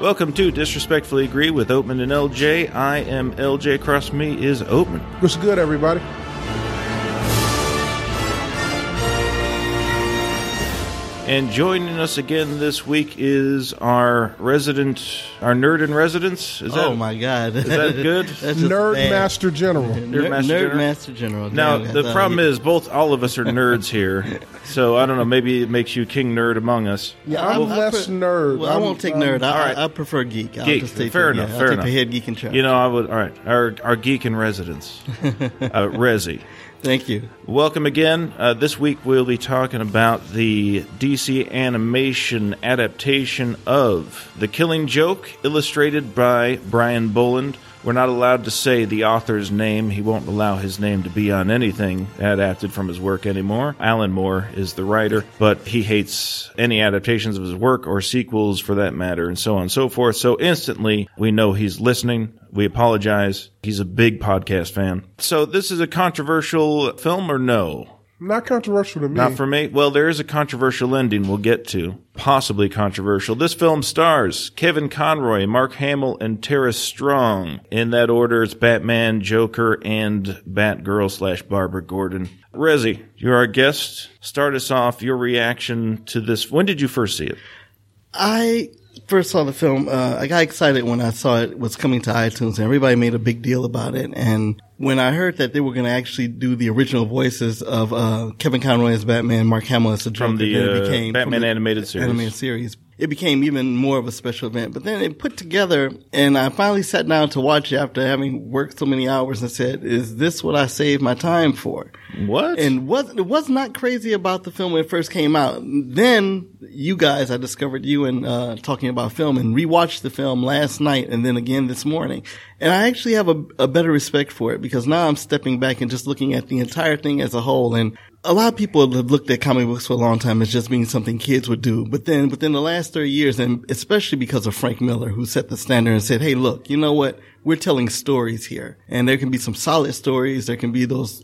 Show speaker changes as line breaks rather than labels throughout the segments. Welcome to Disrespectfully Agree with Oatman and LJ. I am LJ. Across me is Oatman.
What's good, everybody?
And joining us again this week is our resident, our nerd in residence. Is that
oh my god, is
that good?
That's just
Nerd
bad.
Master General.
Nerd
Nerd,
Master
Nerd
General?
Master General.
Now
Damn, I
the
thought
problem
he-
is both all of us are nerds here, so I don't know. Maybe it makes you king nerd among us.
Yeah, I'm
I
less
pre-
nerd.
Well, I
I'm-
won't take
um,
nerd. I,
all right.
I, I prefer geek. I'll
Geek.
just take
Fair
the-
enough,
Yeah,
fair
I'll
enough.
take the head geek and trash.
You know, I would. All right, our our geek in residence, uh, Resi.
Thank you.
Welcome again. Uh, this week we'll be talking about the DC animation adaptation of The Killing Joke, illustrated by Brian Boland. We're not allowed to say the author's name. He won't allow his name to be on anything adapted from his work anymore. Alan Moore is the writer, but he hates any adaptations of his work or sequels for that matter, and so on and so forth. So instantly, we know he's listening. We apologize. He's a big podcast fan. So this is a controversial film or no?
Not controversial to me.
Not for me. Well, there is a controversial ending we'll get to. Possibly controversial. This film stars Kevin Conroy, Mark Hamill, and Tara Strong. In that order, it's Batman, Joker, and Batgirl slash Barbara Gordon. Rezi, you're our guest. Start us off. Your reaction to this. When did you first see it?
I first saw the film. Uh, I got excited when I saw it was coming to iTunes, and everybody made a big deal about it. And when I heard that they were going to actually do the original voices of uh, Kevin Conroy as Batman, Mark Hamill as the Joker,
From the,
then
uh,
it became
Batman
from the
animated series.
Animated series. It became even more of a special event. But then it put together, and I finally sat down to watch it after having worked so many hours, and said, "Is this what I saved my time for?"
What?
and was was not crazy about the film when it first came out. Then you guys, I discovered you and uh, talking about film and rewatched the film last night and then again this morning, and I actually have a, a better respect for it because now I'm stepping back and just looking at the entire thing as a whole. And a lot of people have looked at comic books for a long time as just being something kids would do, but then within the last thirty years, and especially because of Frank Miller, who set the standard and said, "Hey, look, you know what." We're telling stories here, and there can be some solid stories. There can be those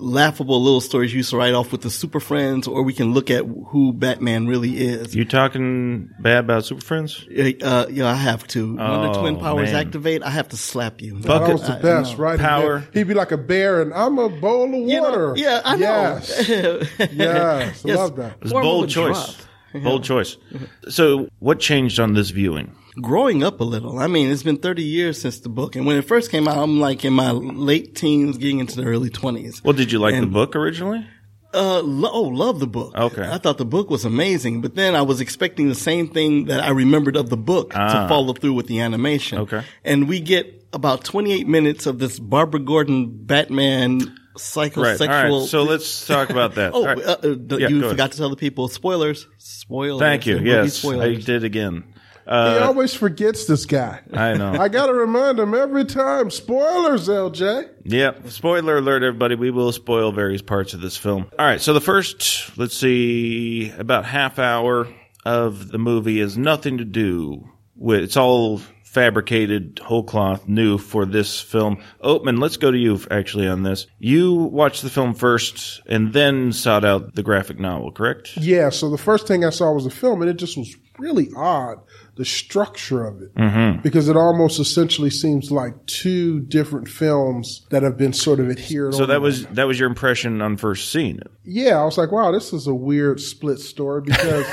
laughable little stories you used to write off with the Super Friends, or we can look at who Batman really is.
you talking bad about Super Friends?
Uh, yeah, I have to. when the
Oh,
twin powers
man.
activate, I have to slap you.
that was the
I-
best,
no.
right?
Power.
He'd be like a bear, and I'm a bowl of
You know,
water.
yeah, I know.
Yes, yes, I
Yes.
love that.
It was
Form of
bold
a
choice.
drop.
Bold choice. So, what changed on this viewing?
growing up a little. I mean, it's been 30 years since the book. And when it first came out, I'm like in my late teens, getting into the early 20s.
Well, did you like the
And-
book originally?
Uh, lo- oh, love the book.
Okay.
I thought the book was amazing, but then I was expecting the same thing that I remembered of the book to follow through with the animation.
Ah. Okay.
And we get about 28 minutes of this Barbara Gordon Batman
Right.
psychosexual.
All right. So let's talk about that.
Oh,
All right.
uh, uh, d-
Yeah, go
you
ahead.
forgot to tell the people spoilers. Spoilers.
Thank you.
There will be
Yes, I
spoilers.
did again. Uh,
Uh,
he always forgets this guy.
I know.
I gotta remind him every time. Spoilers, LJ.
Yep. Spoiler alert, everybody. We will spoil various parts of this film. All right. So the first, let's see, about half hour of the movie has nothing to do with. It's all fabricated, whole cloth, new for this film. Oatman, let's go to you actually on this. You watched the film first and then sought out the graphic novel, correct?
Yeah, so the first thing I saw was the film, and it just was really odd the structure of it
Mm-hmm.
because it almost essentially seems like two different films that have been sort of adhered.
So
on
that was that was your impression on first seeing it.
yeah, I was like, wow, this is a weird split story because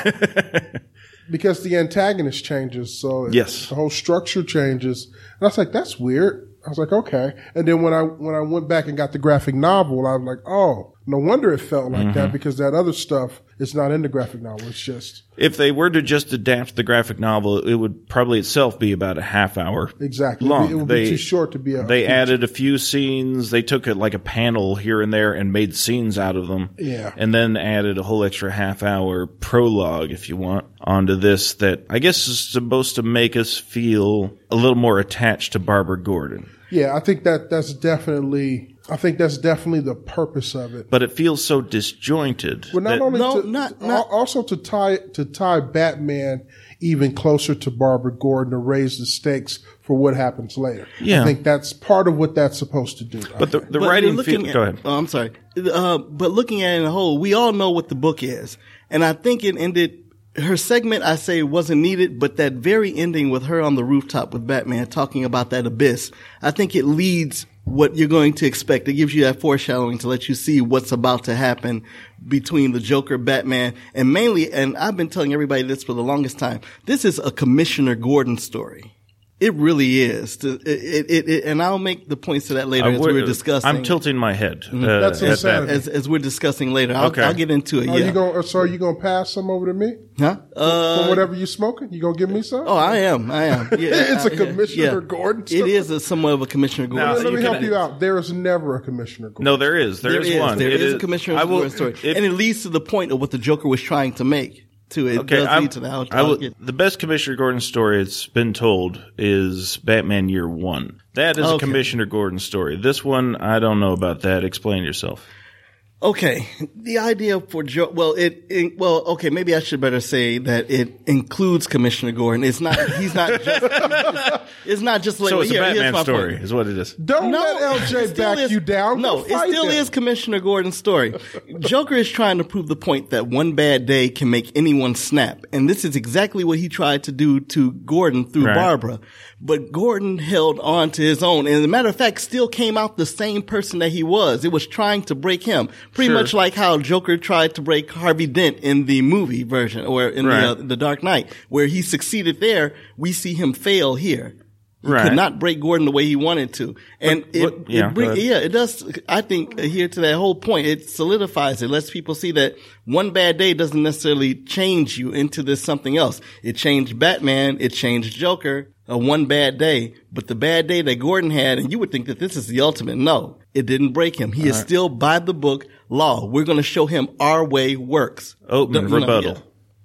because the antagonist changes, so it-
Yes.
the whole structure changes, and I was like, that's weird. I was like, okay, and then when I when I went back and got the graphic novel, I was like, oh, no wonder it felt like
Mm-hmm.
that because that other stuff is not in the graphic novel. It's just
If they were to just adapt the graphic novel, it would probably itself be about a half hour.
Exactly.
Long.
It would be
They-
too short to be a.
They added a few scenes. They took it like a panel here and there and made scenes out of them.
Yeah.
And then added a whole extra half hour prologue, if you want, onto this that I guess is supposed to make us feel a little more attached to Barbara Gordon.
yeah, I think that that's definitely. I think that's definitely the purpose of it.
But it feels so disjointed.
But not
that-
only
No,
to,
not-
al-
not-
also to tie to tie Batman even closer to Barbara Gordon to raise the stakes for what happens later.
Yeah.
I think that's part of what that's supposed to do.
but the, the
But
writing
you're looking
feel-
at-
Go ahead.
Oh, I'm sorry. Uh, but looking at it in a whole, we all know what the book is, and I think it ended her segment I say wasn't needed, but that very ending with her on the rooftop with Batman talking about that abyss, I think it leads what you're going to expect. It gives you that foreshadowing to let you see what's about to happen between the Joker, Batman, and mainly, and I've been telling everybody this for the longest time, this is a Commissioner Gordon story. It really is. To- It, it, it, and I'll make the points to that later as
I would-
we were discussing. Mm-hmm.
I'm tilting my head. uh,
That's
at
insanity.
that.
as, as we're discussing later. I'll,
Okay.
I'll get into it.
Are
yeah.
you going? So are you going to pass some over to me
huh?
for
Uh,
whatever you smoking? You going to give me some?
Oh, I am. I am. Yeah,
It's a
I- yeah,
Commissioner Gordon
It
story.
is a, somewhat of a Commissioner Gordon.
Now,
Let
you
me
can-
help you out. There is never a commissioner. Gordon.
No, there is.
there
there is, one.
There
It
is, a Commissioner
I will-
Gordon story,
it-
and it leads to the point of what the Joker was trying to make. To it
okay,
does
I'm-
lead to the I'll-
I will-
I'll get-
the best Commissioner Gordon story it's been told is Batman Year One. That is a
Okay.
Commissioner Gordon story. This one, I don't know about that. Explain yourself.
Okay, the idea for Joe. Well, it, it. Well, okay, maybe I should better say that it includes Commissioner Gordon. It's not. He's not. just It's not just like
So it's a
here- here's
Batman
my point.
story, is what it is.
Don't let
it
LJ
still
back
is-
you down.
No,
Go
it
fight
still
him.
is Commissioner Gordon's story. Joker is trying to prove the point that one bad day can make anyone snap, and this is exactly what he tried to do to Gordon through
Right.
Barbara. But Gordon held on to his own, and as a matter of fact, still came out the same person that he was. It was trying to break him, pretty
Sure.
much like how Joker tried to break Harvey Dent in the movie version or in
Right.
the, uh, the Dark Knight, where he succeeded there. We see him fail here. He
Right.
could not break Gordon the way he wanted to, and it,
What-
it
yeah,
bring-
go ahead.
yeah, it does. I think here to that whole point, it solidifies it, lets people see that one bad day doesn't necessarily change you into this something else. It changed Batman, it changed Joker, a one bad day, but the bad day that Gordon had, and you would think that this is the ultimate. No, it didn't break him. He is still by the book law. We're going to show him our way works.
Oatman
Don't- no,
rebuttal.
yeah.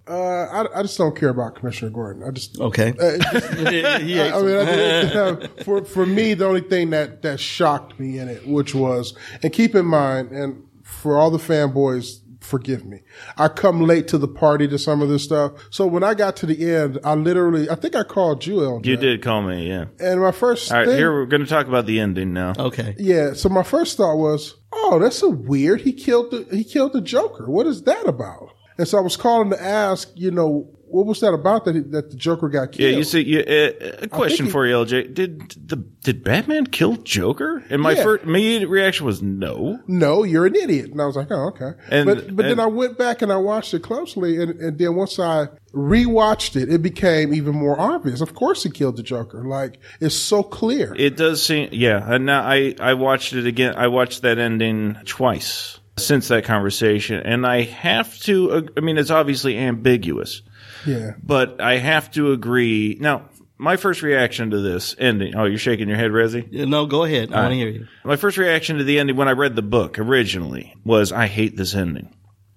Uh, I, I just don't care about Commissioner Gordon. I just
Okay.
I, I mean, I think, uh, for for me, the only thing that that shocked me in it, which was, and keep in mind, and for all the fanboys, forgive me, I come late to the party to some of this stuff. So when I got to the end, I literally, I think I called you, LJ.
You did call me, yeah.
And my first
All right,
thing,
here we're going to talk about the ending now.
okay.
yeah. So my first thought was, oh, that's a weird. He killed the he killed the Joker. What is that about? And so I was calling to ask, you know, what was that about that he, that the Joker got
Yeah,
killed?
you see, you, uh, a question
he-
for you, LJ. Did the did Batman kill Joker? And my
Yeah.
first immediate reaction was no.
no, you're an idiot. And I was like, oh, okay.
And-
but but
and-
then I went back and I watched it closely. And, and then once I rewatched it, it became even more obvious. Of course he killed the Joker. Like, it's so clear.
It does seem, yeah. And now I I watched it again. I watched that ending twice since that conversation, and I have to. ag- I mean, it's obviously ambiguous,
yeah.
but I have to agree. Now, my first reaction to this ending. Oh, you're shaking your head, Rezzy.
Yeah, No, go ahead. I want to hear you.
My first reaction to the ending when I read the book originally was I hate this ending.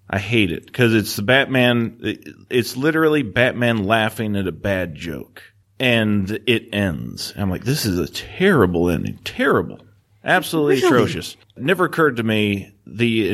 I hate it because it's the Batman. it- It's literally Batman laughing at a bad joke, and it ends. I'm like, this is a terrible ending. Terrible, absolutely atrocious. Never occurred to me the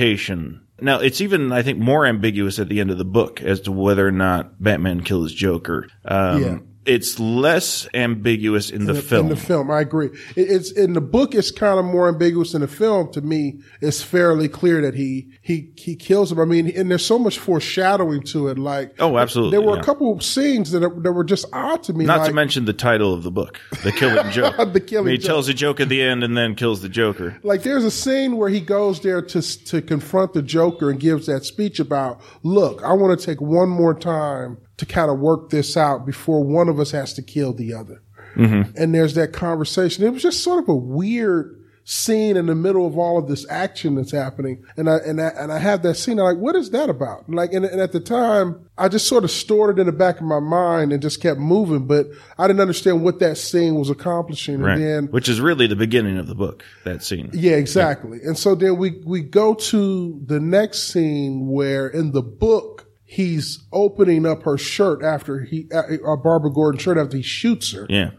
interpretation. Now it's even I think more ambiguous at the end of the book as to whether or not Batman kills Joker. Um,
Yeah.
It's less ambiguous in, the, film.
In the film, I agree. It, it's in the book. It's kind of more ambiguous in the film. To me, it's fairly clear that he he he kills him. I mean, and there's so much foreshadowing to it. Like,
Oh, absolutely,
There were
yeah.
a couple of scenes that that were just odd to me.
Not
like,
to mention the title of the book, The Killing Joke.
The Killing
I mean, He
Joke.
tells a joke at the end and then kills the Joker.
like there's a scene where he goes there to to confront the Joker and gives that speech about, look, I want to take one more time to kind of work this out before one of us has to kill the other. And there's that conversation. It was just sort of a weird scene in the middle of all of this action that's happening. And I and I and I have that scene. I'm like, what is that about? And like, and, and at the time, I just sort of stored it in the back of my mind and just kept moving, but I didn't understand what that scene was accomplishing.
Right.
And then
Which is really the beginning of the book, that scene.
yeah, exactly. And so then we, we go to the next scene where in the book, he's opening up her shirt after he, uh, uh, Barbara Gordon shirt after he shoots her.
Yeah.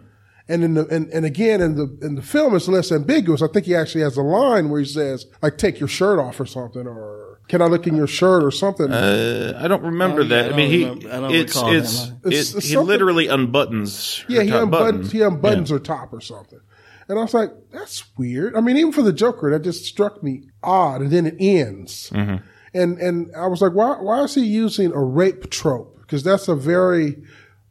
And in the, and, and again, in the, in the film, it's less ambiguous. I think he actually has a line where he says, like, take your shirt off or something, or can I look in your shirt or something?
Uh, I don't remember
Oh, yeah,
that.
I
I mean,
don't
he,
remember- I don't
it's,
recall that
it's,
line.
It's-
it-
it's
he
something-
literally unbuttons.
yeah,
her
he
top
unbuttons,
button.
he unbuttons her top or something. And I was like,
Mm-hmm.
that's weird. I mean, even for the Joker, that just struck me odd. And then it ends. And and I was like, why why is he using a rape trope? Because that's a very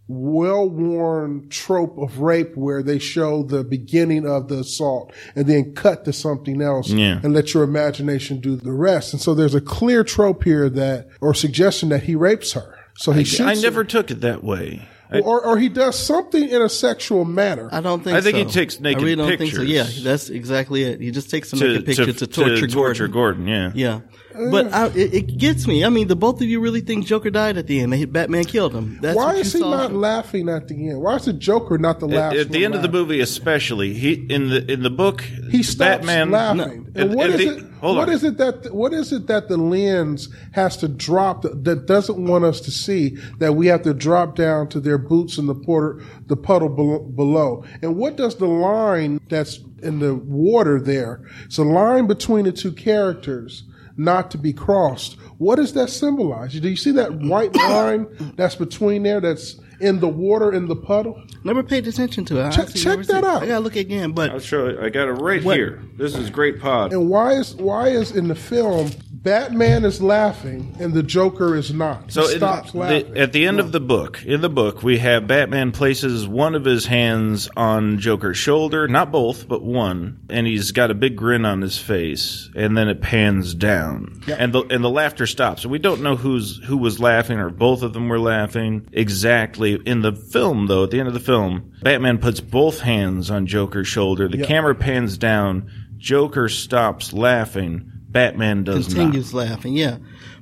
well worn trope of rape where they show the beginning of the assault and then cut to something else
Yeah.
and let your imagination do the rest. And so there's a clear trope here that or suggestion that he rapes her. So he shoots
I
her.
never took it that way. I-
or or he does something in a sexual manner.
I don't think.
I think
so.
he takes naked
I really don't Think so. Yeah,
pictures.
that's exactly it. He just takes a naked picture to, torture, Gordon.
Gordon. yeah.
Yeah, but I, it, it gets me. I mean, the both of you really think Joker died at the end? They- Batman killed him. That's
Why
what
is
you
he
saw.
not laughing at the end? Why is the Joker not the last?
At, at the
one
end of the
laughing?
movie, especially he in the in the book,
he stops
Batman
laughing.
At-
And what
at
is
the-
it?
Hold
what
on.
is it that what is it that the lens has to drop that, that doesn't want us to see that we have to drop down to their boots in the porter the puddle bel- below? And what does the line that's in the water there? It's a line between the two characters. Not to be crossed. What does that symbolize? Do you see that white line that's between there? That's in the water in the puddle.
Never paid attention to it. I
Check-
honestly
check
never
that
seen-
out.
I gotta look again.
I'll
But
show. you. I got it right
What?
here. This is great pod.
And why is why is in the film Batman is laughing and the Joker is not?
So
he
in
stops
the-
laughing.
at the end of the book, in the book, we have Batman places one of his hands on Joker's shoulder, not both, but one, and he's got a big grin on his face, and then it pans down, and the and the laughter stops. And we don't know who's who was laughing or if both of them were laughing exactly. In the film, though, at the end of the film, Batman puts both hands on Joker's shoulder. The camera pans down. Joker stops laughing. Batman does not.
continues laughing. Yeah,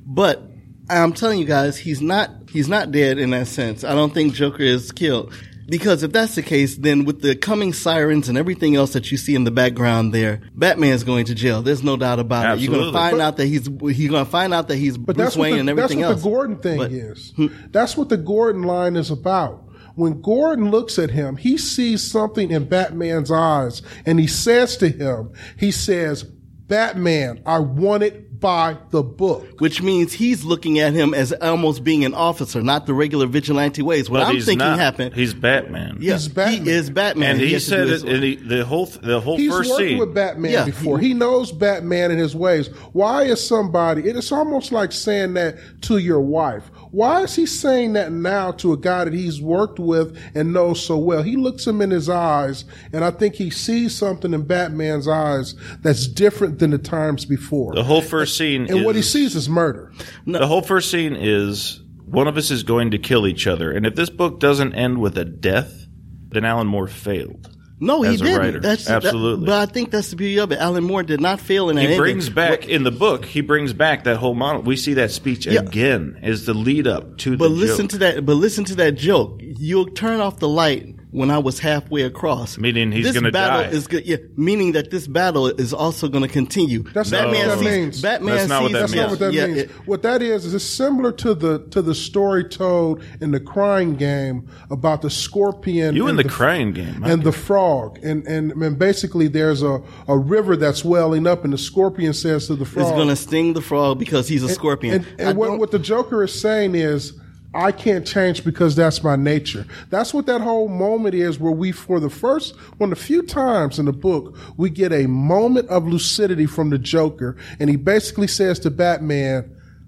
but I'm telling you guys, he's not. He's not dead in that sense. I don't think Joker is killed. Because if that's the case, then with the coming sirens and everything else that you see in the background there, Batman's going to jail. There's no doubt about it. You're going
Absolutely.
to find
But-
out that he's he's going to find out that he's
but
Bruce
that's
Wayne
what the,
and everything
that's what
else.
the Gordon thing
But- Hmm.
is. That's what the Gordon line is about. When Gordon looks at him, he sees something in Batman's eyes, and he says to him, he says, "Batman, I want it by the book."
which means he's looking at him as almost being an officer, not the regular vigilante ways. What
But
I'm
he's
thinking
not.
happened.
He's Batman.
yeah,
He's Batman.
He is Batman.
And he,
has to do
said
his
it.
work.
And he, the whole the whole
He's
first
worked
scene.
with Batman
Yeah.
before. He knows Batman and his ways. Why is somebody? It is almost like saying that to your wife. Why is he saying that now to a guy that he's worked with and knows so well? He looks him in his eyes, and I think he sees something in Batman's eyes that's different than the times before.
the whole first scene.
and
is,
what he sees is murder.
The whole first scene is one of us is going to kill each other. And if this book doesn't end with a death, then Alan Moore failed.
no, he
as a
didn't.
writer.
That's that-
Absolutely.
but I think that's the beauty of it. Alan Moore did not fail in that.
He
ending.
brings back in the book. He brings back that whole model. We see that speech
Yeah.
again as the lead up to the.
But listen
joke.
to that. But listen to that joke. You'll turn off the light when I was halfway across.
Meaning he's
This
gonna
battle
die.
Is go- yeah, meaning that this battle is also going to continue.
That's not what that
sees,
means.
Batman
That's not what
sees.
that
That's
means.
not what that
yeah,
means.
it-
what that is is it's similar to the to the story told in the Crying Game about the scorpion.
you in
and
the, crying game.
and the frog and and, and basically there's a, a river that's welling up and the scorpion says to the frog
Is going to sting the frog because he's a scorpion.
and,
I
and what,
don't-
what the joker is saying is i can't change because that's my nature that's what that whole moment is where we for the first one of the few times in the book we get a moment of lucidity from the joker and he basically says to batman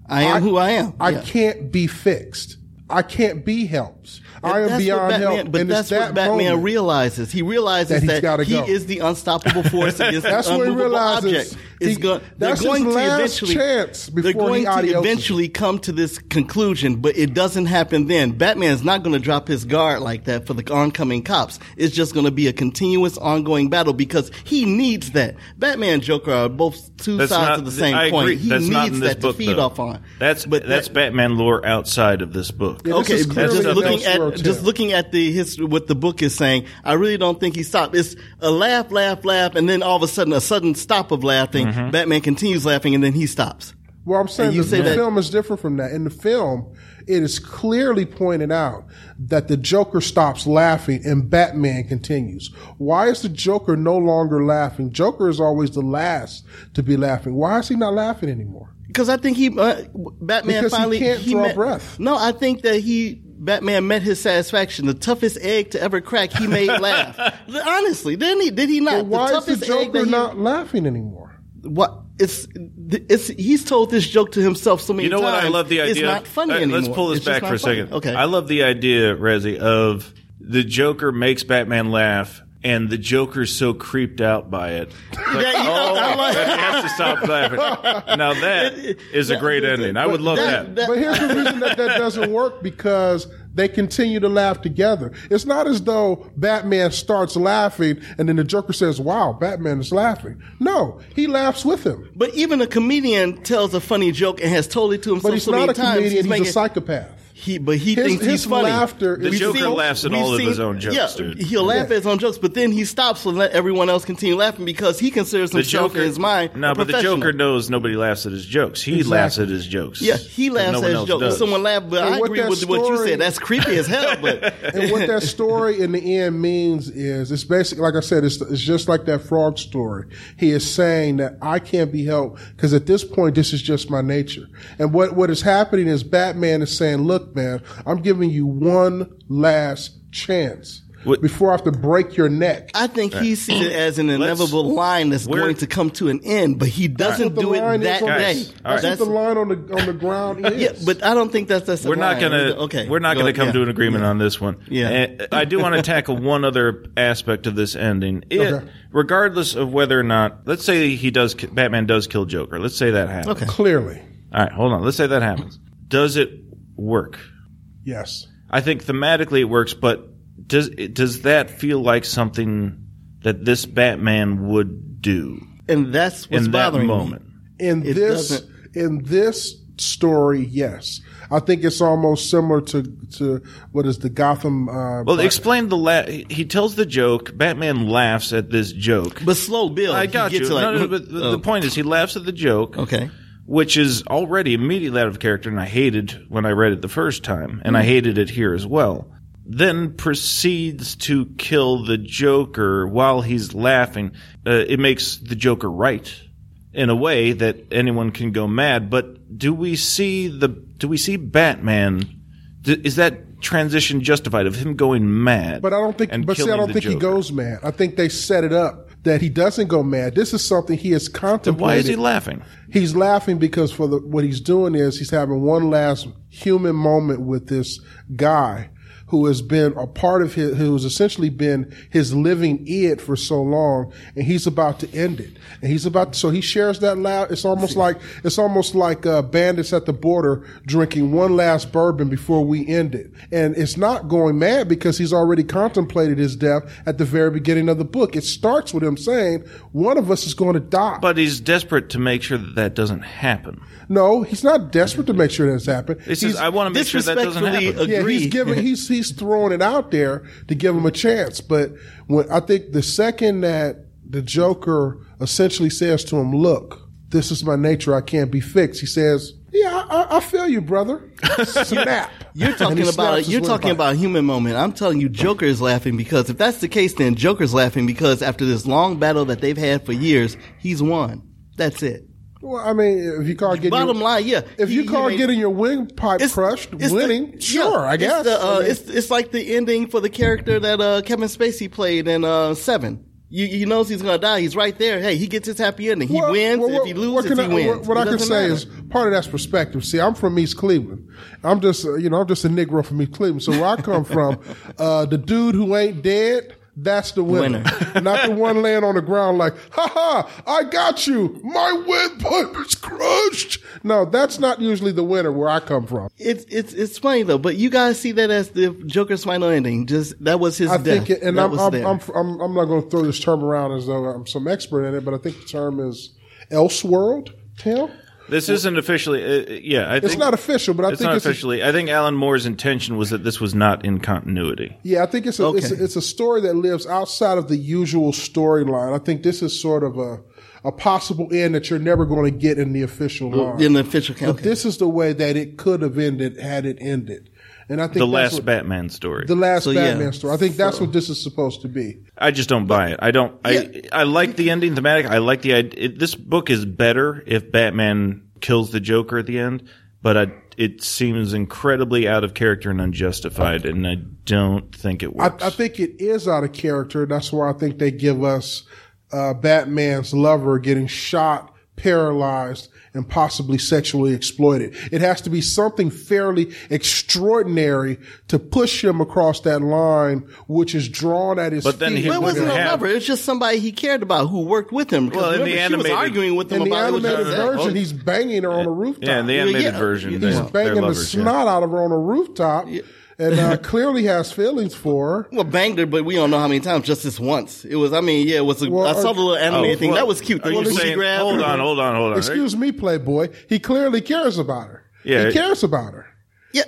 I am who I am.
i
Yeah.
can't be fixed i can't be helped i am
That's what
beyond
Batman,
help
But
and it's
that's
that
what Batman
moment-
realizes. He realizes
that he's
that,
gotta
he
go.
is the unstoppable force against
That's
the
what he
unmovable
realizes.
object. It's
He-
go- they're
that's his
going to
last
eventually,
chance
they're
before he
going to
adioses.
eventually come to this conclusion, but it doesn't happen then. Batman's not going to drop his guard like that for the oncoming cops. It's just going to be a continuous, ongoing battle because he needs that. Batman and Joker are both two
That's
sides
not
of the same
I
coin.
agree.
He
that's
needs
not in this
that
book,
to feed
though.
off on.
That's
But
that's
that-
Batman lore outside of this book.
Yeah, this
Okay,
is
but
clearly
just
an
looking
elsewhere
at
tale.
just looking at the history, what the book is saying, I really don't think he stopped. It's a laugh, laugh, laugh, and then all of a sudden, a sudden stop of laughing.
Mm-hmm.
Batman continues laughing, and then he stops.
Well, I'm saying
And you
the,
say
the
that-
film is different from that. In the film, it is clearly pointed out that the Joker stops laughing and Batman continues. Why is the Joker no longer laughing? Joker is always the last to be laughing. Why is he not laughing anymore?
Because I think he uh, Batman
Because he
finally
can't draw
met-
breath.
No, I think that he Batman met his satisfaction. The toughest egg to ever crack, he made laugh. Honestly, didn't he? Did he not?
Why
the
is the
toughest egg
Joker
that he-
not laughing anymore?
What? it's it's he's told this joke to himself so many
You know
times.
what? I love the idea.
It's not funny
Uh,
anymore.
Let's pull this
It's just
back
not
for a
funny.
second.
Okay.
I love the idea, Rezzy, of the Joker makes Batman laugh, and the Joker's so creeped out by it. It's Like,
Yeah, you know,
oh,
I like-
that has to stop laughing. Now that is a great ending. I would love that.
that-
But here's the reason that that doesn't work because they continue to laugh together. It's not as though Batman starts laughing and then the Joker says, "Wow, Batman is laughing." No, he laughs with him.
but even a comedian tells a funny joke and has told it to himself
But he's
so
not
many
a
times.
comedian; he's,
making,
a psychopath.
He, but he
His-
thinks
his
he's funny.
laughter
The
is-
We've
Joker
seen-
laughs at
we've
all of
seen-
his own jokes,
yeah,
dude.
He'll laugh at his own jokes, but then he stops and let everyone else continue laughing because he considers
the
himself
Joker
in his mind.
No,
a
but the
professional.
Joker knows nobody laughs at his jokes. He
Exactly.
laughs at his jokes.
Yeah, he
But
laughs
no one
at his
else
joke.
does.
Someone laughed, but
And
I
what
agree
that
with what you
story-
said. That's creepy as hell, but
And what that story in the end means is, it's basically, like I said, it's, it's just like that frog story. He is saying that I can't be helped because at this point, this is just my nature. And what, what is happening is Batman is saying, look, man, I'm giving you one last chance
What-
before I have to break your neck.
I think he sees it as an
Let's-
inevitable line that's
where-
going to come to an end, but he doesn't
That's what
do
the
it
line is
that
on the-
day.
Guys, all right.
That's what the line on the, on the ground is.
yeah, but I don't think that's that's. the
we're not
line.
gonna
Okay,
we're not
go
gonna
ahead.
come
Yeah.
to an agreement on this one.
Yeah.
And I do want to tackle one other aspect of this ending. It,
Okay.
regardless of whether or not, let's say he does, ki- Batman does kill Joker. Let's say that happens.
Okay.
Clearly,
All right, hold on. Let's say that happens. Does it work?
yes.
I think thematically it works, but does it- does that feel like something that this Batman would do
and that's what's
in that
bothering
moment?
in
It
this
doesn't-
in this story, yes, I think it's almost similar to to what is the Gotham. Uh,
Well, explain the la- he tells the joke. Batman laughs at this joke.
me. But slow Bill,
I
he
got you.
gets To like,
no, no, but the,
oh,
the point is, he laughs at the joke.
Okay.
Which is already immediately out of character, and I hated when I read it the first time, and
Mm-hmm.
I hated it here as well. Then proceeds to kill the Joker while he's laughing. Uh, it makes the Joker right in a way that anyone can go mad. But do we see the? Do we see Batman? D- is that transition justified of him going mad?
but I don't think.
and
But see, I
killing
don't
the
think he
Joker?
goes mad. I think they set it up that he doesn't go mad. This is something he has contemplated.
Why is he laughing?
he's laughing because for the, what he's doing is he's having one last human moment with this guy who has been a part of his, who's essentially been his living id for so long, and he's about to end it. And he's about, so he shares that loud. It's almost like it's almost like uh, bandits at the border drinking one last bourbon before we end it. And it's not going mad because he's already contemplated his death at the very beginning of the book. It starts with him saying, "One of us is going to die."
But he's desperate to make sure that that doesn't happen.
No, he's not desperate to make sure that's happened.
He says,
He's-
"I want to make sure that doesn't
disrespectfully
happen."
yeah,
agree.
he's giving he's he's throwing it out there to give him a chance. But when I think the second that the Joker essentially says to him, "Look, this is my nature. I can't be fixed," he says, "Yeah, I, I, I feel you, brother." Snap.
You're talking about you're talking about a human moment. I'm telling you, Joker is laughing because if that's the case, then Joker's laughing because after this long battle that they've had for years, he's won. That's it.
Well, I mean, if you call getting
Bottom
your-
line, yeah.
if
He-
you
he
call
made-
getting your windpipe crushed
it's the-
winning,
yeah,
sure, I guess.
It's, the, uh,
I mean,
it's it's like the ending for the character that uh, Kevin Spacey played in uh, Seven. You, he knows he's gonna die. He's right there. Hey, he gets his happy ending. He
Well,
wins.
well,
if he loses,
what can
he
I,
wins.
What, what
It
I can
doesn't
say
matter.
is part of that's perspective. See, I'm from East Cleveland. I'm just uh, you know I'm just a Negro from East Cleveland. So where I come from, uh, the dude who ain't dead. That's the winner. Not the one laying on the ground like, ha ha, I got you. My windpipe is crushed. No, that's not usually the winner where I come from.
It's it's it's funny though, but you guys see that as the Joker's final ending. Just that was his
I
death.
think, it, and
that
I'm
was
I'm,
there.
I'm I'm I'm not going to throw this term around as though I'm some expert in it, but I think the term is elseworld. Tim,
This isn't officially. Uh, uh, yeah, I
it's
think
not official, but I
it's
think
not
it's a-
officially. I think Alan Moore's intention was that this was not in continuity.
Yeah, I think it's a, it's, a,
Okay.
it's a story that lives outside of the usual storyline. I think this is sort of a a possible end that you're never going to get in the official line.
in the official count.
But this is the way that it could have ended had it ended, and I think
The
that's
last
what-
Batman story.
the last
So, yeah.
Batman story. I think that's what this is supposed to be.
I just don't buy it. I don't.
Yeah.
I I like the ending thematic. I like the. id- It, this book is better if Batman kills the Joker at the end, but I, it seems incredibly out of character and unjustified, and I don't think it
I,
works.
I think it is out of character. That's why I think they give us uh, Batman's lover getting shot paralyzed, and possibly sexually exploited. It has to be something fairly extraordinary to push him across that line, which is drawn at his
But then he
feet. with
Well, it wasn't
have-
a lover. It was just somebody he cared about who worked with him. Because
Well, in
remember,
the
she
animated-
was arguing with him
in the
about it.
animated
was just-
version, he's banging her on a rooftop.
Yeah, in the
Yeah,
animated
yeah.
version,
He's
they,
he's
they're
banging the
lovers, yeah.
snot out of her on a rooftop, and uh, clearly has feelings for her.
Well, banged her, but we don't know how many times. Just this once. It was. I mean, yeah, it was. A,
Well,
I saw
uh,
the little
Oh,
anime thing.
well,
that was cute.
are
The
you
one she
saying-
grabbed.
Hold on, hold on, hold on.
Excuse me, Playboy. He clearly cares about her.
Yeah.
he cares about her.
Yeah.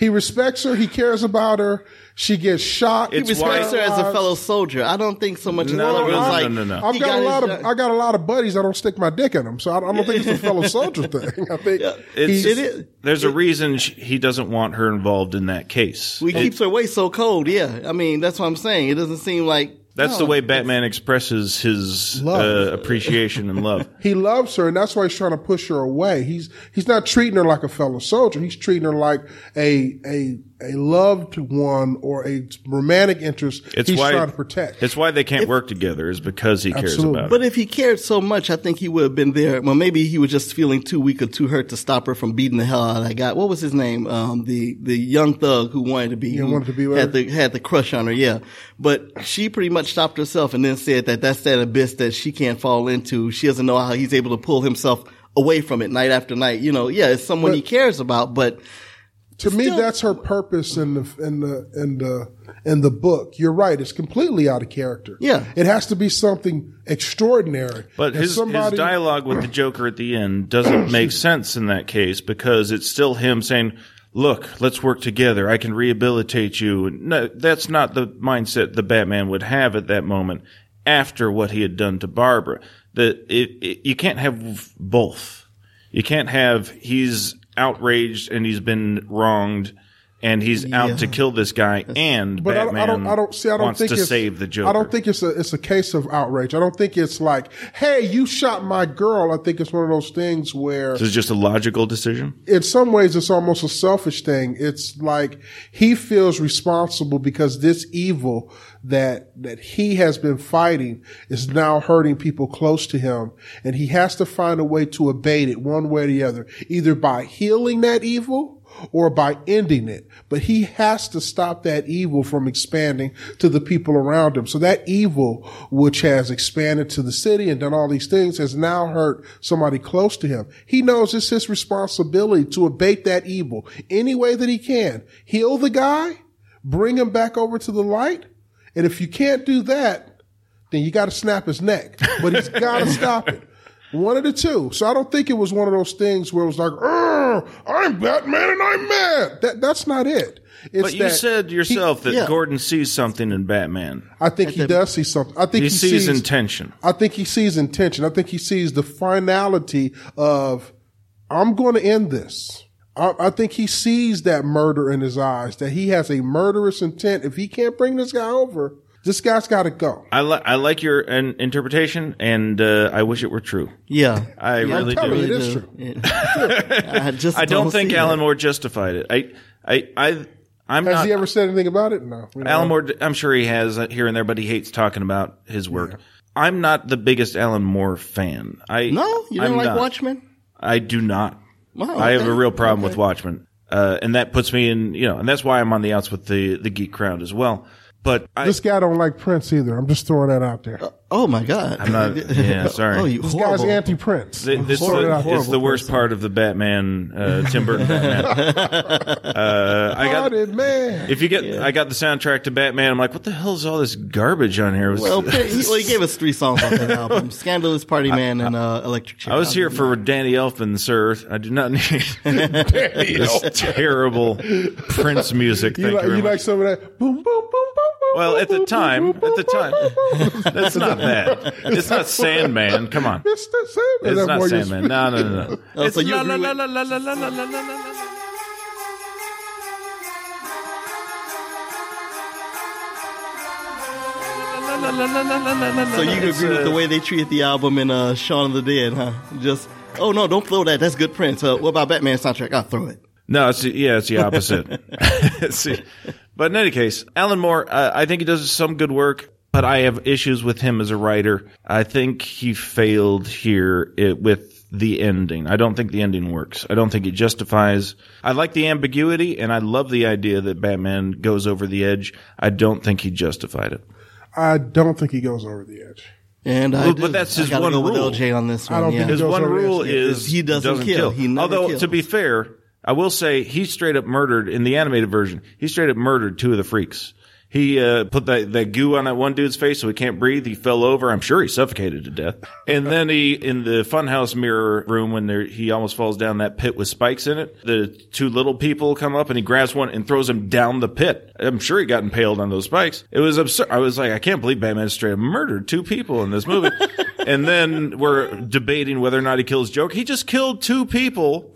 He respects her. He cares about her. She gets shot.
It's
He respects
why-
her as a fellow soldier. I don't think so much. as
No,
love. It was
no,
like,
no, no, no.
I've
he
got, a
his uh,
lot of
job-
I got a lot of buddies. I don't stick my dick in them, so I, I don't think it's a fellow soldier thing. I think
It's,
he's-
It is.
There's a reason sh he doesn't want her involved in that case.
we keeps her way so cold. Yeah, I mean that's what I'm saying. It doesn't seem like
That's
no.
the way Batman expresses his
Love.
uh, appreciation and love.
he loves her, and that's why he's trying to push her away. He's he's not treating her like a fellow soldier. He's treating her like a a a loved one or a romantic interest.
It's
he's
why
trying to protect.
It's why they can't work together is because he cares
Absolutely.
about. it.
But if he cared so much, I think he would have been there. Well, maybe he was just feeling too weak or too hurt to stop her from beating the hell out of that guy. What was his name? Um, the the young thug who wanted to be who
wanted to be with
had
her.
the had the crush on her. Yeah, but she pretty much stopped herself and then said that that's that abyss that she can't fall into. She doesn't know how he's able to pull himself away from it night after night. You know, yeah, it's someone he cares about, but
to me,
still-
that's her purpose in the in the in the in the book. You're right; it's completely out of character.
Yeah.
it has to be something extraordinary.
But
And
his, his dialogue with the Joker at the end doesn't make sense in that case because it's still him saying, "Look, let's work together. I can rehabilitate you." No, that's not the mindset the Batman would have at that moment after what he had done to Barbara. That it, it, you can't have both. You can't have he's outraged and he's been wronged. And he's out to kill this guy, and
But I don't,
Batman
I don't, I don't see. I don't
wants
think
to
it's,
save the Joker.
I don't think it's a it's a case of outrage. I don't think it's like, hey, you shot my girl. I think it's one of those things where,
this is just a logical decision.
in some ways, it's almost a selfish thing. It's like he feels responsible because this evil that that he has been fighting is now hurting people close to him, and he has to find a way to abate it one way or the other, either by healing that evil or by ending it. But he has to stop that evil from expanding to the people around him. So that evil, which has expanded to the city and done all these things, has now hurt somebody close to him. He knows it's his responsibility to abate that evil any way that he can. Heal the guy, bring him back over to the light. And if you can't do that, then you got to snap his neck. But he's got to stop it. One of the two. So I don't think it was one of those things where it was like, "Oh, I'm Batman and I'm mad." That that's not it. It's
But you
that
said yourself that
yeah.
Gordon sees something in Batman.
I think he does see something. I think
He,
he,
sees,
sees.
intention.
I think he sees intention. I think he sees the finality of, "I'm going to end this." I, I think he sees that murder in his eyes. That he has a murderous intent. If he can't bring this guy over, this guy's got to go.
I, li- I like your uh, interpretation, and uh, I wish it were true.
yeah,
I
Yeah,
really
telling
do.
you, it is true.
Yeah. I just
I don't, think
see
Alan
it.
Moore justified it. I I I I'm
Has
not.
he ever said anything about it? No. We don't
Alan
know.
Moore. I'm sure he has uh, here and there, but he hates talking about his work. I'm not the biggest Alan Moore fan. I
No, you didn't
I'm
like
not.
Watchmen.
I do not.
Wow,
I have
okay.
a real problem with Watchmen, uh, and that puts me in. You know, and that's why I'm on the outs with the the geek crowd as well. But I,
This guy don't like Prince either. I'm just throwing that out there.
Uh,
Oh my God! I'm
not- yeah, sorry.
Oh, you
this guy's
horrible.
anti-Prince.
Th- This
Throw it out
is
there.
it's the worst part of the Batman, uh, Tim Burton Batman. uh, I got
Hearted man.
if you get, I got the soundtrack to Batman. I'm like, what the hell is all this garbage on here? It was-
Well, he, well, he gave us three songs off that album: "Scandalous Party Man" and uh, "Electric Chair."
I was here for Danny Elfman, sir. I do not need this terrible Prince music. Thank
you
you,
like,
very
you
much.
like some of that? Boom, boom, boom, boom, boom.
well, at the time, at the time, that's not bad. It's not Sandman. Come on,
It's the same.
it's
That
not
boy you
Sandman.
speak.
No, no, no, no.
Oh,
It's
so you
la,
agree
la,
with-
la, la, la, la, la, la, la, la.
So you agree with the
uh,
way they treated the album in uh, Shaun of the Dead, huh? Just oh no, don't throw that. That's good Prince. Uh, what about Batman soundtrack? I'll throw it.
No, it's the, yeah, it's the opposite. It's the- but in any case, Alan Moore, uh, I think he does some good work. but I have issues with him as a writer. I think he failed here it, with the ending. I don't think the ending works. I don't think it justifies. I like the ambiguity and I love the idea that Batman goes over the edge. I don't think he justified it.
I don't think he goes over the edge.
And I
Well,
do.
but that's
I
his
gotta
one
go with
rule.
LJ on this
I
one.
don't
yeah.
think
His
goes
one
over
rule
the edge.
is
He doesn't kill. He never
Although to
kills.
be fair, I will say he straight up murdered in the animated version. He straight up murdered two of the freaks. He uh, put that, that goo on that one dude's face so he can't breathe. He fell over. I'm sure he suffocated to death. And then he in the funhouse mirror room when there, he almost falls down that pit with spikes in it. The two little people come up and he grabs one and throws him down the pit. I'm sure he got impaled on those spikes. It was absurd. I was like, I can't believe Batman straight up murdered two people in this movie. and then we're debating whether or not he kills Joker. He just killed two people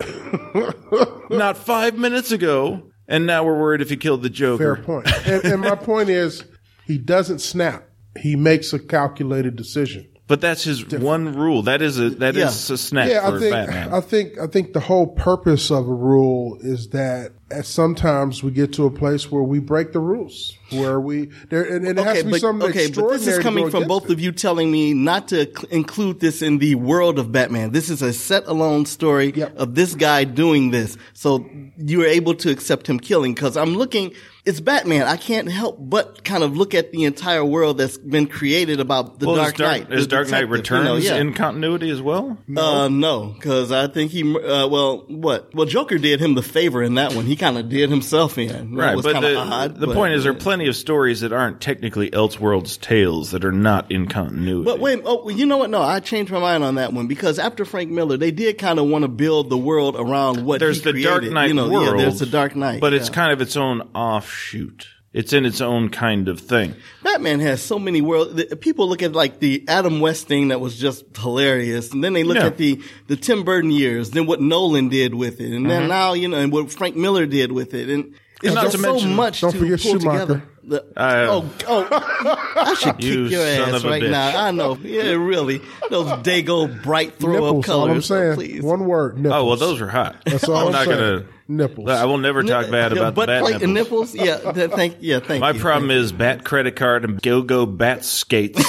not five minutes ago, and now we're worried if he killed the Joker.
Fair point. And, and my point is, he doesn't snap. He makes a calculated decision.
But that's his one rule. That is a that is
Yeah.
a snack
Yeah,
for
I think
Batman.
I think I think the whole purpose of a rule is that at sometimes we get to a place where we break the rules, where we there, and, and it has to be something
okay, but
extraordinary.
this is
to
coming
go
from
against
both
it.
of you telling me not to cl- include this in the world of Batman. This is a set alone story
Yep.
of this guy doing this. So you are able to accept him killing because I'm looking, it's Batman. I can't help but kind of look at the entire world that's been created about the
well,
Dark
is Dark,
Knight.
is
the
Dark Knight
detective, you know,
Returns
yeah.
in continuity as well?
Uh, no, because I think he, uh, well, what? Well, Joker did him the favor in that one. He kind of did himself in. That
Right,
was
but
kinda
the,
odd,
the
but-
point is there are plenty of stories that aren't technically Elseworlds tales that are not in continuity.
But wait, oh, well, you know what? No, I changed my mind on that one because after Frank Miller, they did kind of want to build the world around what
there's
he
the
created.
Dark Knight
you know,
world.
Yeah, there's the Dark Knight,
but it's
yeah.
kind of its own offshoot. It's in its own kind of thing.
Batman has so many worlds. The- People look at like the Adam West thing that was just hilarious, and then they look
Yeah.
at the the Tim Burton years, then what Nolan did with it, and then now you know, and what Frank Miller did with it, and.
Mm-hmm.
It's
not
just
to
so
mention-
much
don't
to
forget
pull
Schumacher.
together. The-
I- uh,
oh, oh, I should kick
You
your
son
ass
of a
right
bitch.
now. I know. Yeah, really. Those dago bright throw
nipples.
up colors.
all I'm saying,
please.
one word. Nipples.
Oh well, those are hot.
That's all I'm
not
saying.
gonna.
Nipples.
I will never talk bad
Yeah,
about the
butt
bat
plate
nipples.
and nipples. Yeah, th- thank yeah, thank
My
you.
problem is bat credit card and go go bat skates.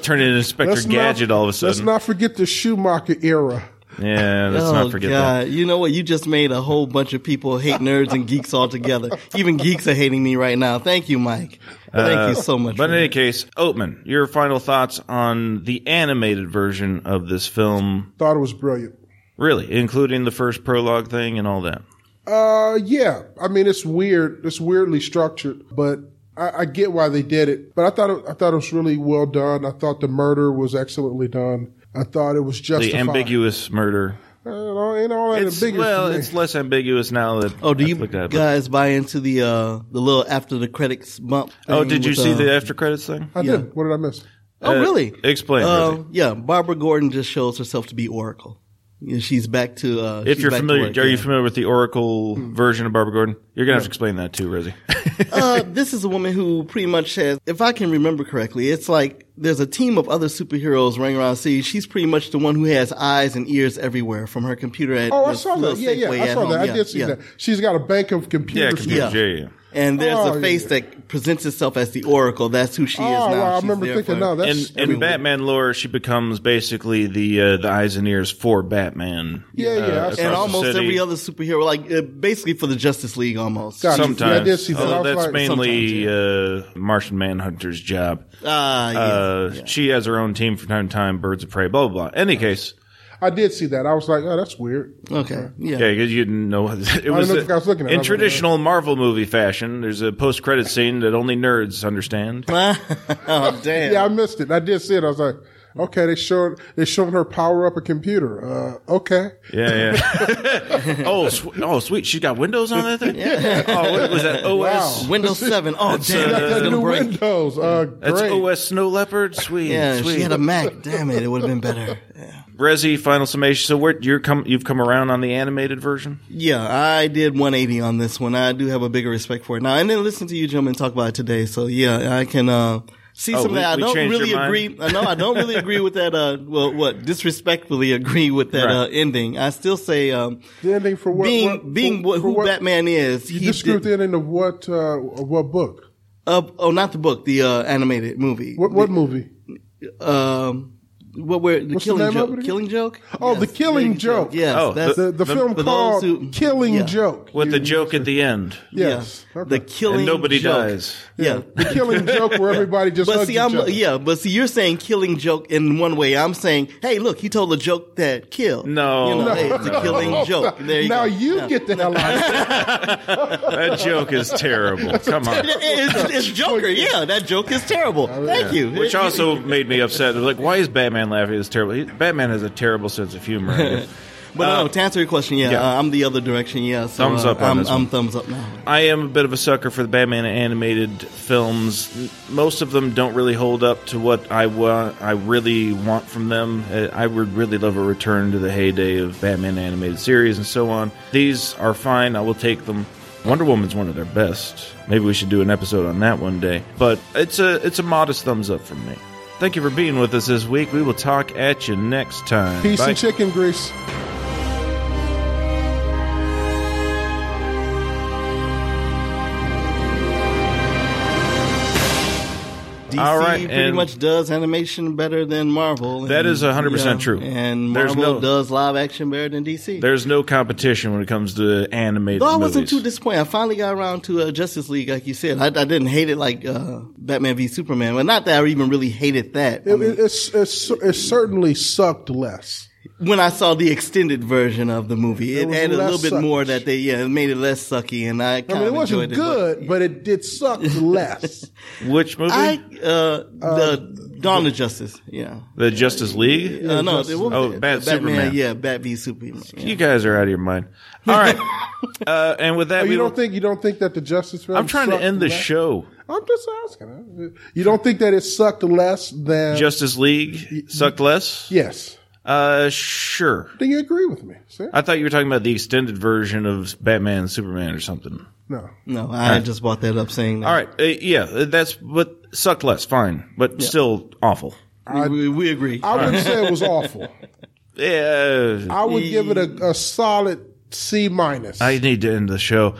Turn into Inspector
Let's not-
Gadget all of a
Let's
sudden.
not forget the Schumacher era.
yeah, let's
oh
not forget
God!
that.
You know what? You just made a whole bunch of people hate nerds and geeks all together. Even geeks are hating me right now. Thank you, Mike. Thank you so much.
Uh, But
for
in any
that.
case, Oatman, your final thoughts on the animated version of this film,
Thought it was brilliant.
really, including the first prologue thing and all that.
Uh, yeah. I mean, it's weird. It's weirdly structured, but I, I get why they did it. But I thought it, I thought it was really well done. I thought the murder was excellently done. I thought it was
The
justified.
ambiguous murder.
Uh, ain't all that
It's,
ambiguous.
well,
to me.
it's less ambiguous now that
oh, do
I've
you
looked at it, but-
guys buy into the uh, the little after the credits bump?
Oh,
thing
did you
with,
see
uh,
the after credits thing?
I
yeah.
did. What did I miss?
Oh,
Uh,
really?
explain,
Uh,
Rizzy.
Yeah, Barbara Gordon just shows herself to be Oracle. Yeah, she's back to. Uh,
If
she's
you're
back to
familiar,
work,
are
yeah.
you familiar with the Oracle
Hmm.
version of Barbara Gordon? You're gonna have to explain that too, Rosie.
uh, this is a woman who pretty much has, if I can remember correctly, it's like there's a team of other superheroes running around the city. She's pretty much the one who has eyes and ears everywhere from her computer at
Oh, I
the
saw that.
little
Yeah, yeah.
Safeway
I
at
saw
home.
that. I
Yeah,
did see
yeah.
that. She's got a bank of
yeah,
computers.
computer,
Yeah.
yeah, yeah.
And there's
Oh,
a face
yeah.
that presents itself as the Oracle. That's who she
Oh,
is now.
wow, I
She's
remember
there
thinking,
for-
no, that's-
And in
Everywhere.
Batman lore, she becomes basically the uh, the eyes and ears for Batman. Uh,
Yeah, yeah, I saw
across
that.
and
the
almost
city.
every other superhero, like uh, basically for the Justice League, almost.
Gotcha.
Sometimes
Yeah, I did see that.
although
I was
that's
like-
mainly uh, Martian Manhunter's job.
Ah, yeah.
Uh, She has her own team from time to time, Birds of Prey, blah blah. blah. Any case,
I did see that. I was like, oh, that's weird.
okay. Yeah.
yeah, because you didn't know it was.
know
a-
if I was looking at it. I
in
was like,
traditional Marvel movie fashion, there's a post credit scene that only nerds understand.
oh, damn.
Yeah, I missed it. I did see it. I was like, okay, they showed they showing her power up a computer. Uh, okay.
Yeah, yeah. oh, sw- oh, sweet. She got Windows on that thing. Yeah. Oh, what was that OS?
Wow.
Windows 7.
uh,
Oh, damn.
Got
that's
that
gonna
new
break.
Windows. Uh, great.
That's OS Snow Leopard. Sweet.
Yeah,
sweet.
she had a Mac. Damn it, it would have been better. Yeah.
Resi, final summation. So where you're come, you've come around on the animated version.
yeah, I did 180 on this one. I do have a bigger respect for it now. And then listen to you gentlemen talk about it today. So yeah, I can uh, see
Oh,
some
we-
that I
we
don't
changed your
really
mind?
agree. I know I don't really agree with that. Uh, well, what disrespectfully agree with that
Right.
uh, ending? I still say um,
The ending for what?
being
what-
being
for-
wh-
for
who
what-
Batman is.
You
he
disagree
did-
with the ending of what? Uh, of what book?
Uh, oh, not the book, the uh, animated movie.
What, what movie?
um, what were the
What's the
Killing
name of
Joke?
it again?
Killing Joke.
Oh,
Yes,
The Killing Joke.
Yes,
Oh,
that's
The, the
The-
film
for those
called
who-
Killing
yeah.
Joke.
with the
You-
joke at the end.
Yes.
yeah.
Okay.
the Killing
And nobody
Joke.
dies.
Yeah.
The Killing Joke where everybody just
But
hugs
see,
each
I'm
other.
yeah. But see, you're saying killing joke in one way. I'm saying, hey, look, he told a joke that killed.
No.
you know,
No.
hey, it's a killing joke. There you
now
go.
you
Yeah.
get the hell out of here.
That joke is terrible. Come on.
It's, it's Joker. Yeah, that joke is terrible. Thank you.
Which also made me upset. It was Like, why is Batman laughing? It's terrible. He- Batman has a terrible sense of humor. I guess.
But um, no, to answer your question, yeah,
yeah.
Uh, I'm the other direction. Yeah, so,
Thumbs
uh,
up on
I'm,
this
I'm
one.
thumbs up now.
I am a bit of a sucker for the Batman animated films. Most of them don't really hold up to what I wa- I really want from them. Uh, I would really love a return to the heyday of Batman animated series and so on. These are fine. I will take them. Wonder Woman's one of their best. Maybe we should do an episode on that one day. But it's a it's a modest thumbs up from me. Thank you for being with us this week. We will talk at you next time.
Peace
Bye.
and chicken grease.
DC
All right,
pretty
and-
much does animation better than Marvel.
That
and,
is 100%
yeah,
true.
And
There's
Marvel
no-
does live action better than DC.
There's no competition when it comes to animated.
Though I wasn't
movies.
too disappointed. I finally got around to uh, Justice League, like you said. I, I didn't hate it like uh, Batman v Superman, but not that I even really hated that. I
It,
mean,
it, it's, it's, it certainly sucked less.
when I saw the extended version of the movie,
It
it,
was
added a
less
little bit more
suckish.
that they yeah, it made it less sucky, and I
I
kind
mean,
of
it wasn't
enjoyed
good,
it.
but it did suck less.
Which movie?
but I uh, the Dawn of Justice, yeah.
The Justice League?
Uh, no,
Justice
it was
Oh, Bat- Superman.
yeah, Bat v Superman. yeah.
You guys are out of your mind. All right. uh, and with that,
Oh, you
we
don't
will-
think you don't think that the justice? Film
I'm trying to
sucked
end the
less?
show.
I'm just asking. You don't think that it sucked less than?
Justice League sucked less?
yes.
Uh, sure.
Then you agree with me? See?
I thought you were talking about the extended version of Batman and Superman or something.
no.
No, I just brought that up saying. That.
All right. Uh, yeah, that's, but sucked less, fine, but still awful.
we, we agree.
I wouldn't say it was awful.
Yeah.
I would give it a, a solid C minus.
I need to end the show.